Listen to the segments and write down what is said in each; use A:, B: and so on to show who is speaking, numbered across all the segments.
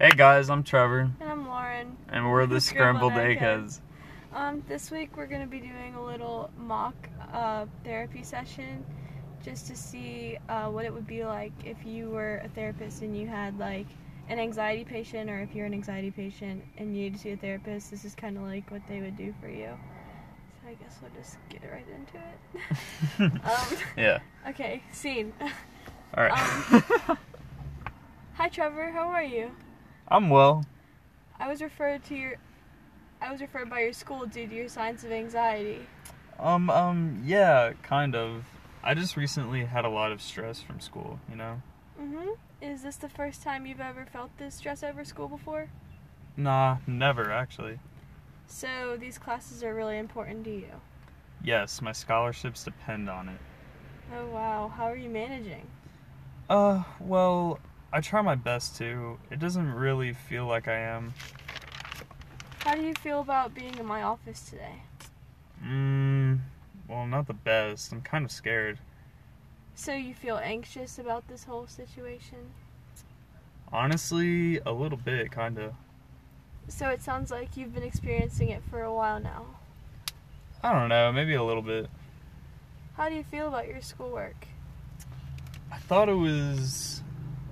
A: Hey guys, I'm Trevor,
B: And I'm Lauren.
A: and we're the
B: Scrambled
A: Scrambled
B: Egg
A: Eggheads.
B: Um, this week we're gonna be doing a little mock uh, therapy session, just to see uh, what it would be like if you were a therapist and you had like an anxiety patient, or if you're an anxiety patient and you need to see a therapist. This is kind of like what they would do for you. So I guess we'll just get right into it. Um.
A: yeah.
B: okay, scene.
A: All right.
B: um, Hi Trevor, how are you?
A: I'm well.
B: I was referred to your, I was referred by your school due to your signs of anxiety.
A: Um. Um. Yeah. Kind of. I just recently had a lot of stress from school. You know.
B: hmm Is this the first time you've ever felt this stress over school before?
A: Nah. Never actually.
B: So these classes are really important to you.
A: Yes, my scholarships depend on it.
B: Oh wow, how are you managing?
A: Uh. Well, I try my best to. It doesn't really feel like I am.
B: How do you feel about being in my office today?
A: Mmm. Well, not the best. I'm kind of scared.
B: So you feel anxious about this whole situation?
A: Honestly, a little bit, kinda.
B: So it sounds like you've been experiencing it for a while now.
A: I don't know. Maybe a little bit.
B: How do you feel about your schoolwork?
A: I thought it was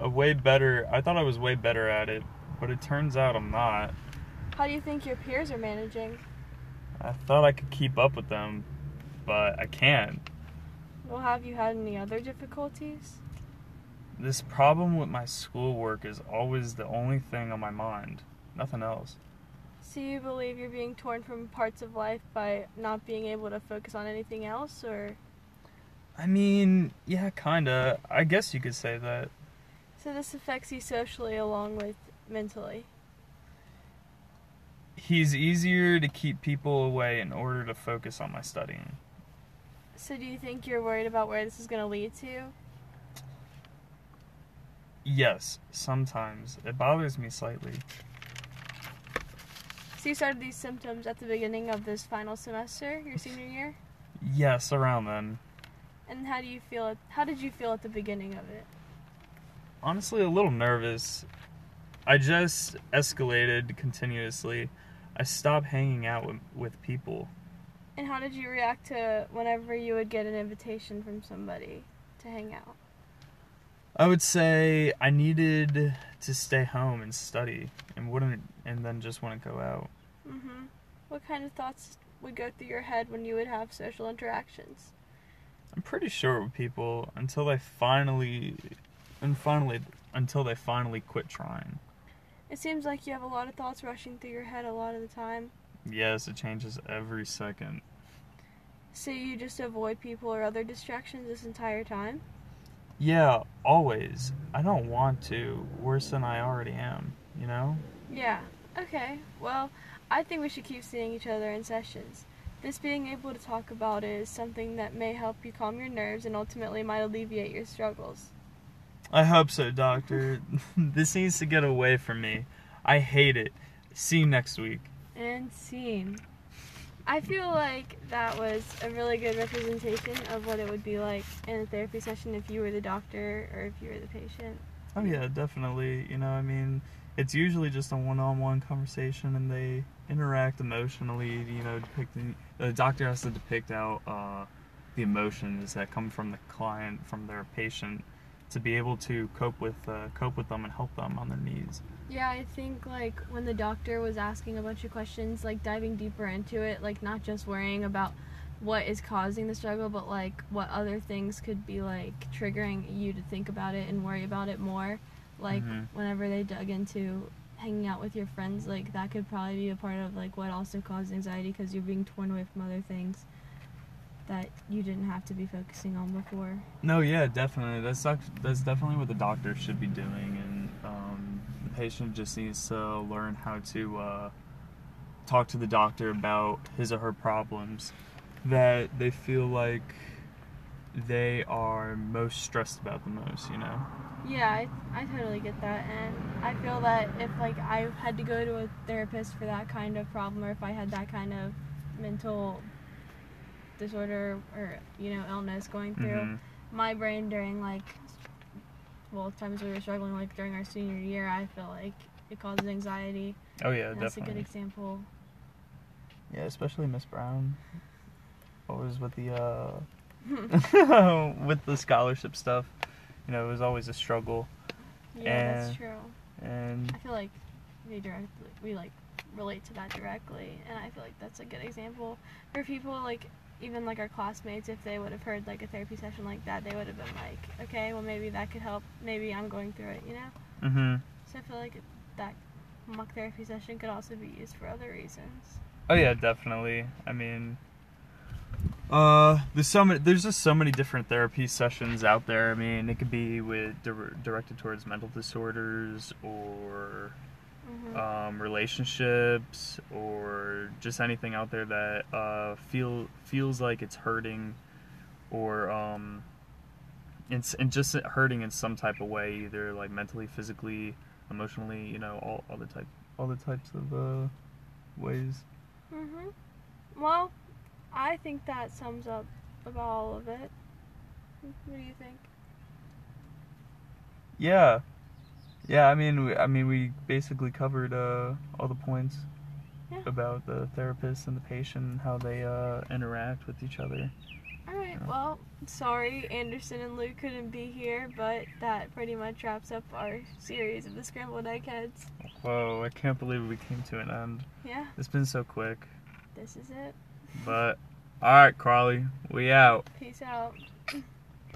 A: a way better. I thought I was way better at it, but it turns out I'm not.
B: How do you think your peers are managing?
A: I thought I could keep up with them, but I can't.
B: Well, have you had any other difficulties?
A: This problem with my schoolwork is always the only thing on my mind. Nothing else.
B: So you believe you're being torn from parts of life by not being able to focus on anything else, or
A: I mean, yeah, kinda. I guess you could say that.
B: so this affects you socially along with mentally.
A: He's easier to keep people away in order to focus on my studying.
B: So do you think you're worried about where this is going to lead to?
A: Yes, sometimes. It bothers me slightly.
B: So you started these symptoms at the beginning of this final semester, your senior year,
A: Yes, around then.
B: and how do you feel? At, how did you feel at the beginning of it?
A: honestly a little nervous. I just escalated continuously. I stopped hanging out with, with people.
B: And how did you react to whenever you would get an invitation from somebody to hang out?
A: I would say I needed to stay home and study and wouldn't and then just wouldn't go out.
B: Mhm. What kind of thoughts would go through your head when you would have social interactions?
A: I'm pretty short with people until they finally and finally until they finally quit trying.
B: It seems like you have a lot of thoughts rushing through your head a lot of the time.
A: Yes, it changes every second.
B: So you just avoid people or other distractions this entire time?
A: Yeah, always. I don't want to worse than I already am, you know?
B: Yeah. Okay. Well, I think we should keep seeing each other in sessions. This being able to talk about it is something that may help you calm your nerves and ultimately might alleviate your struggles.
A: I hope so, Doctor. this needs to get away from me. I hate it. See you next week.
B: And scene. I feel like that was a really good representation of what it would be like in a therapy session if you were the doctor or if you were the patient.
A: Oh, yeah, definitely. You know, I mean, it's usually just a one on one conversation and they interact emotionally, you know, depicting. The doctor has to depict out uh, the emotions that come from the client, from their patient, to be able to cope with uh, cope with them and help them on their needs.
B: Yeah, I think like when the doctor was asking a bunch of questions, like diving deeper into it, like not just worrying about what is causing the struggle, but like what other things could be like triggering you to think about it and worry about it more. Like
A: Mhm.
B: whenever they dug into hanging out with your friends, like that could probably be a part of like what also caused anxiety because you're being torn away from other things that you didn't have to be focusing on before.
A: No, yeah, definitely. That's doc- that's definitely what the doctor should be doing, and um, the patient just needs to learn how to uh, talk to the doctor about his or her problems that they feel like they are most stressed about the most. You know.
B: Yeah, I, I totally get that, and I feel that if like I had to go to a therapist for that kind of problem, or if I had that kind of mental disorder or you know illness going through
A: Mhm.
B: my brain during like well times we were struggling like during our senior year, I feel like it causes anxiety.
A: Oh yeah,
B: and that's a good
A: definitely.
B: example.
A: yeah, especially Miss Brown. Always with the uh, with the scholarship stuff. You know, it was always a struggle,
B: yeah,
A: And-
B: that's true.
A: and
B: I feel like we directly we like relate to that directly, and I feel like that's a good example for people like even like our classmates. If they would have heard like a therapy session like that, they would have been like, okay, well maybe that could help. Maybe I'm going through it, you know.
A: hmm
B: So I feel like it- that mock therapy session could also be used for other reasons.
A: Oh yeah, definitely. I mean, uh, there's so many, there's just so many different therapy sessions out there. I mean, it could be with dir- directed towards mental disorders or
B: Mm-hmm.
A: um, relationships or just anything out there that uh, feel feels like it's hurting or um, it's and just hurting in some type of way, either like mentally, physically, emotionally. You know, all all the type all the types of uh, ways.
B: hmm Well, I think that sums up about all of it. What do you think?
A: Yeah. Yeah, I mean, we, I mean, we basically covered uh, all the points
B: Yeah.
A: about the therapist and the patient and how they uh, interact with each other.
B: All right.
A: Yeah.
B: Well, sorry Anderson and Luke couldn't be here, but that pretty much wraps up our series of the scrambled egg heads.
A: Whoa, I can't believe we came to an end.
B: Yeah,
A: It's been so quick.
B: this is it.
A: But all right, Carly, we out.
B: Peace out.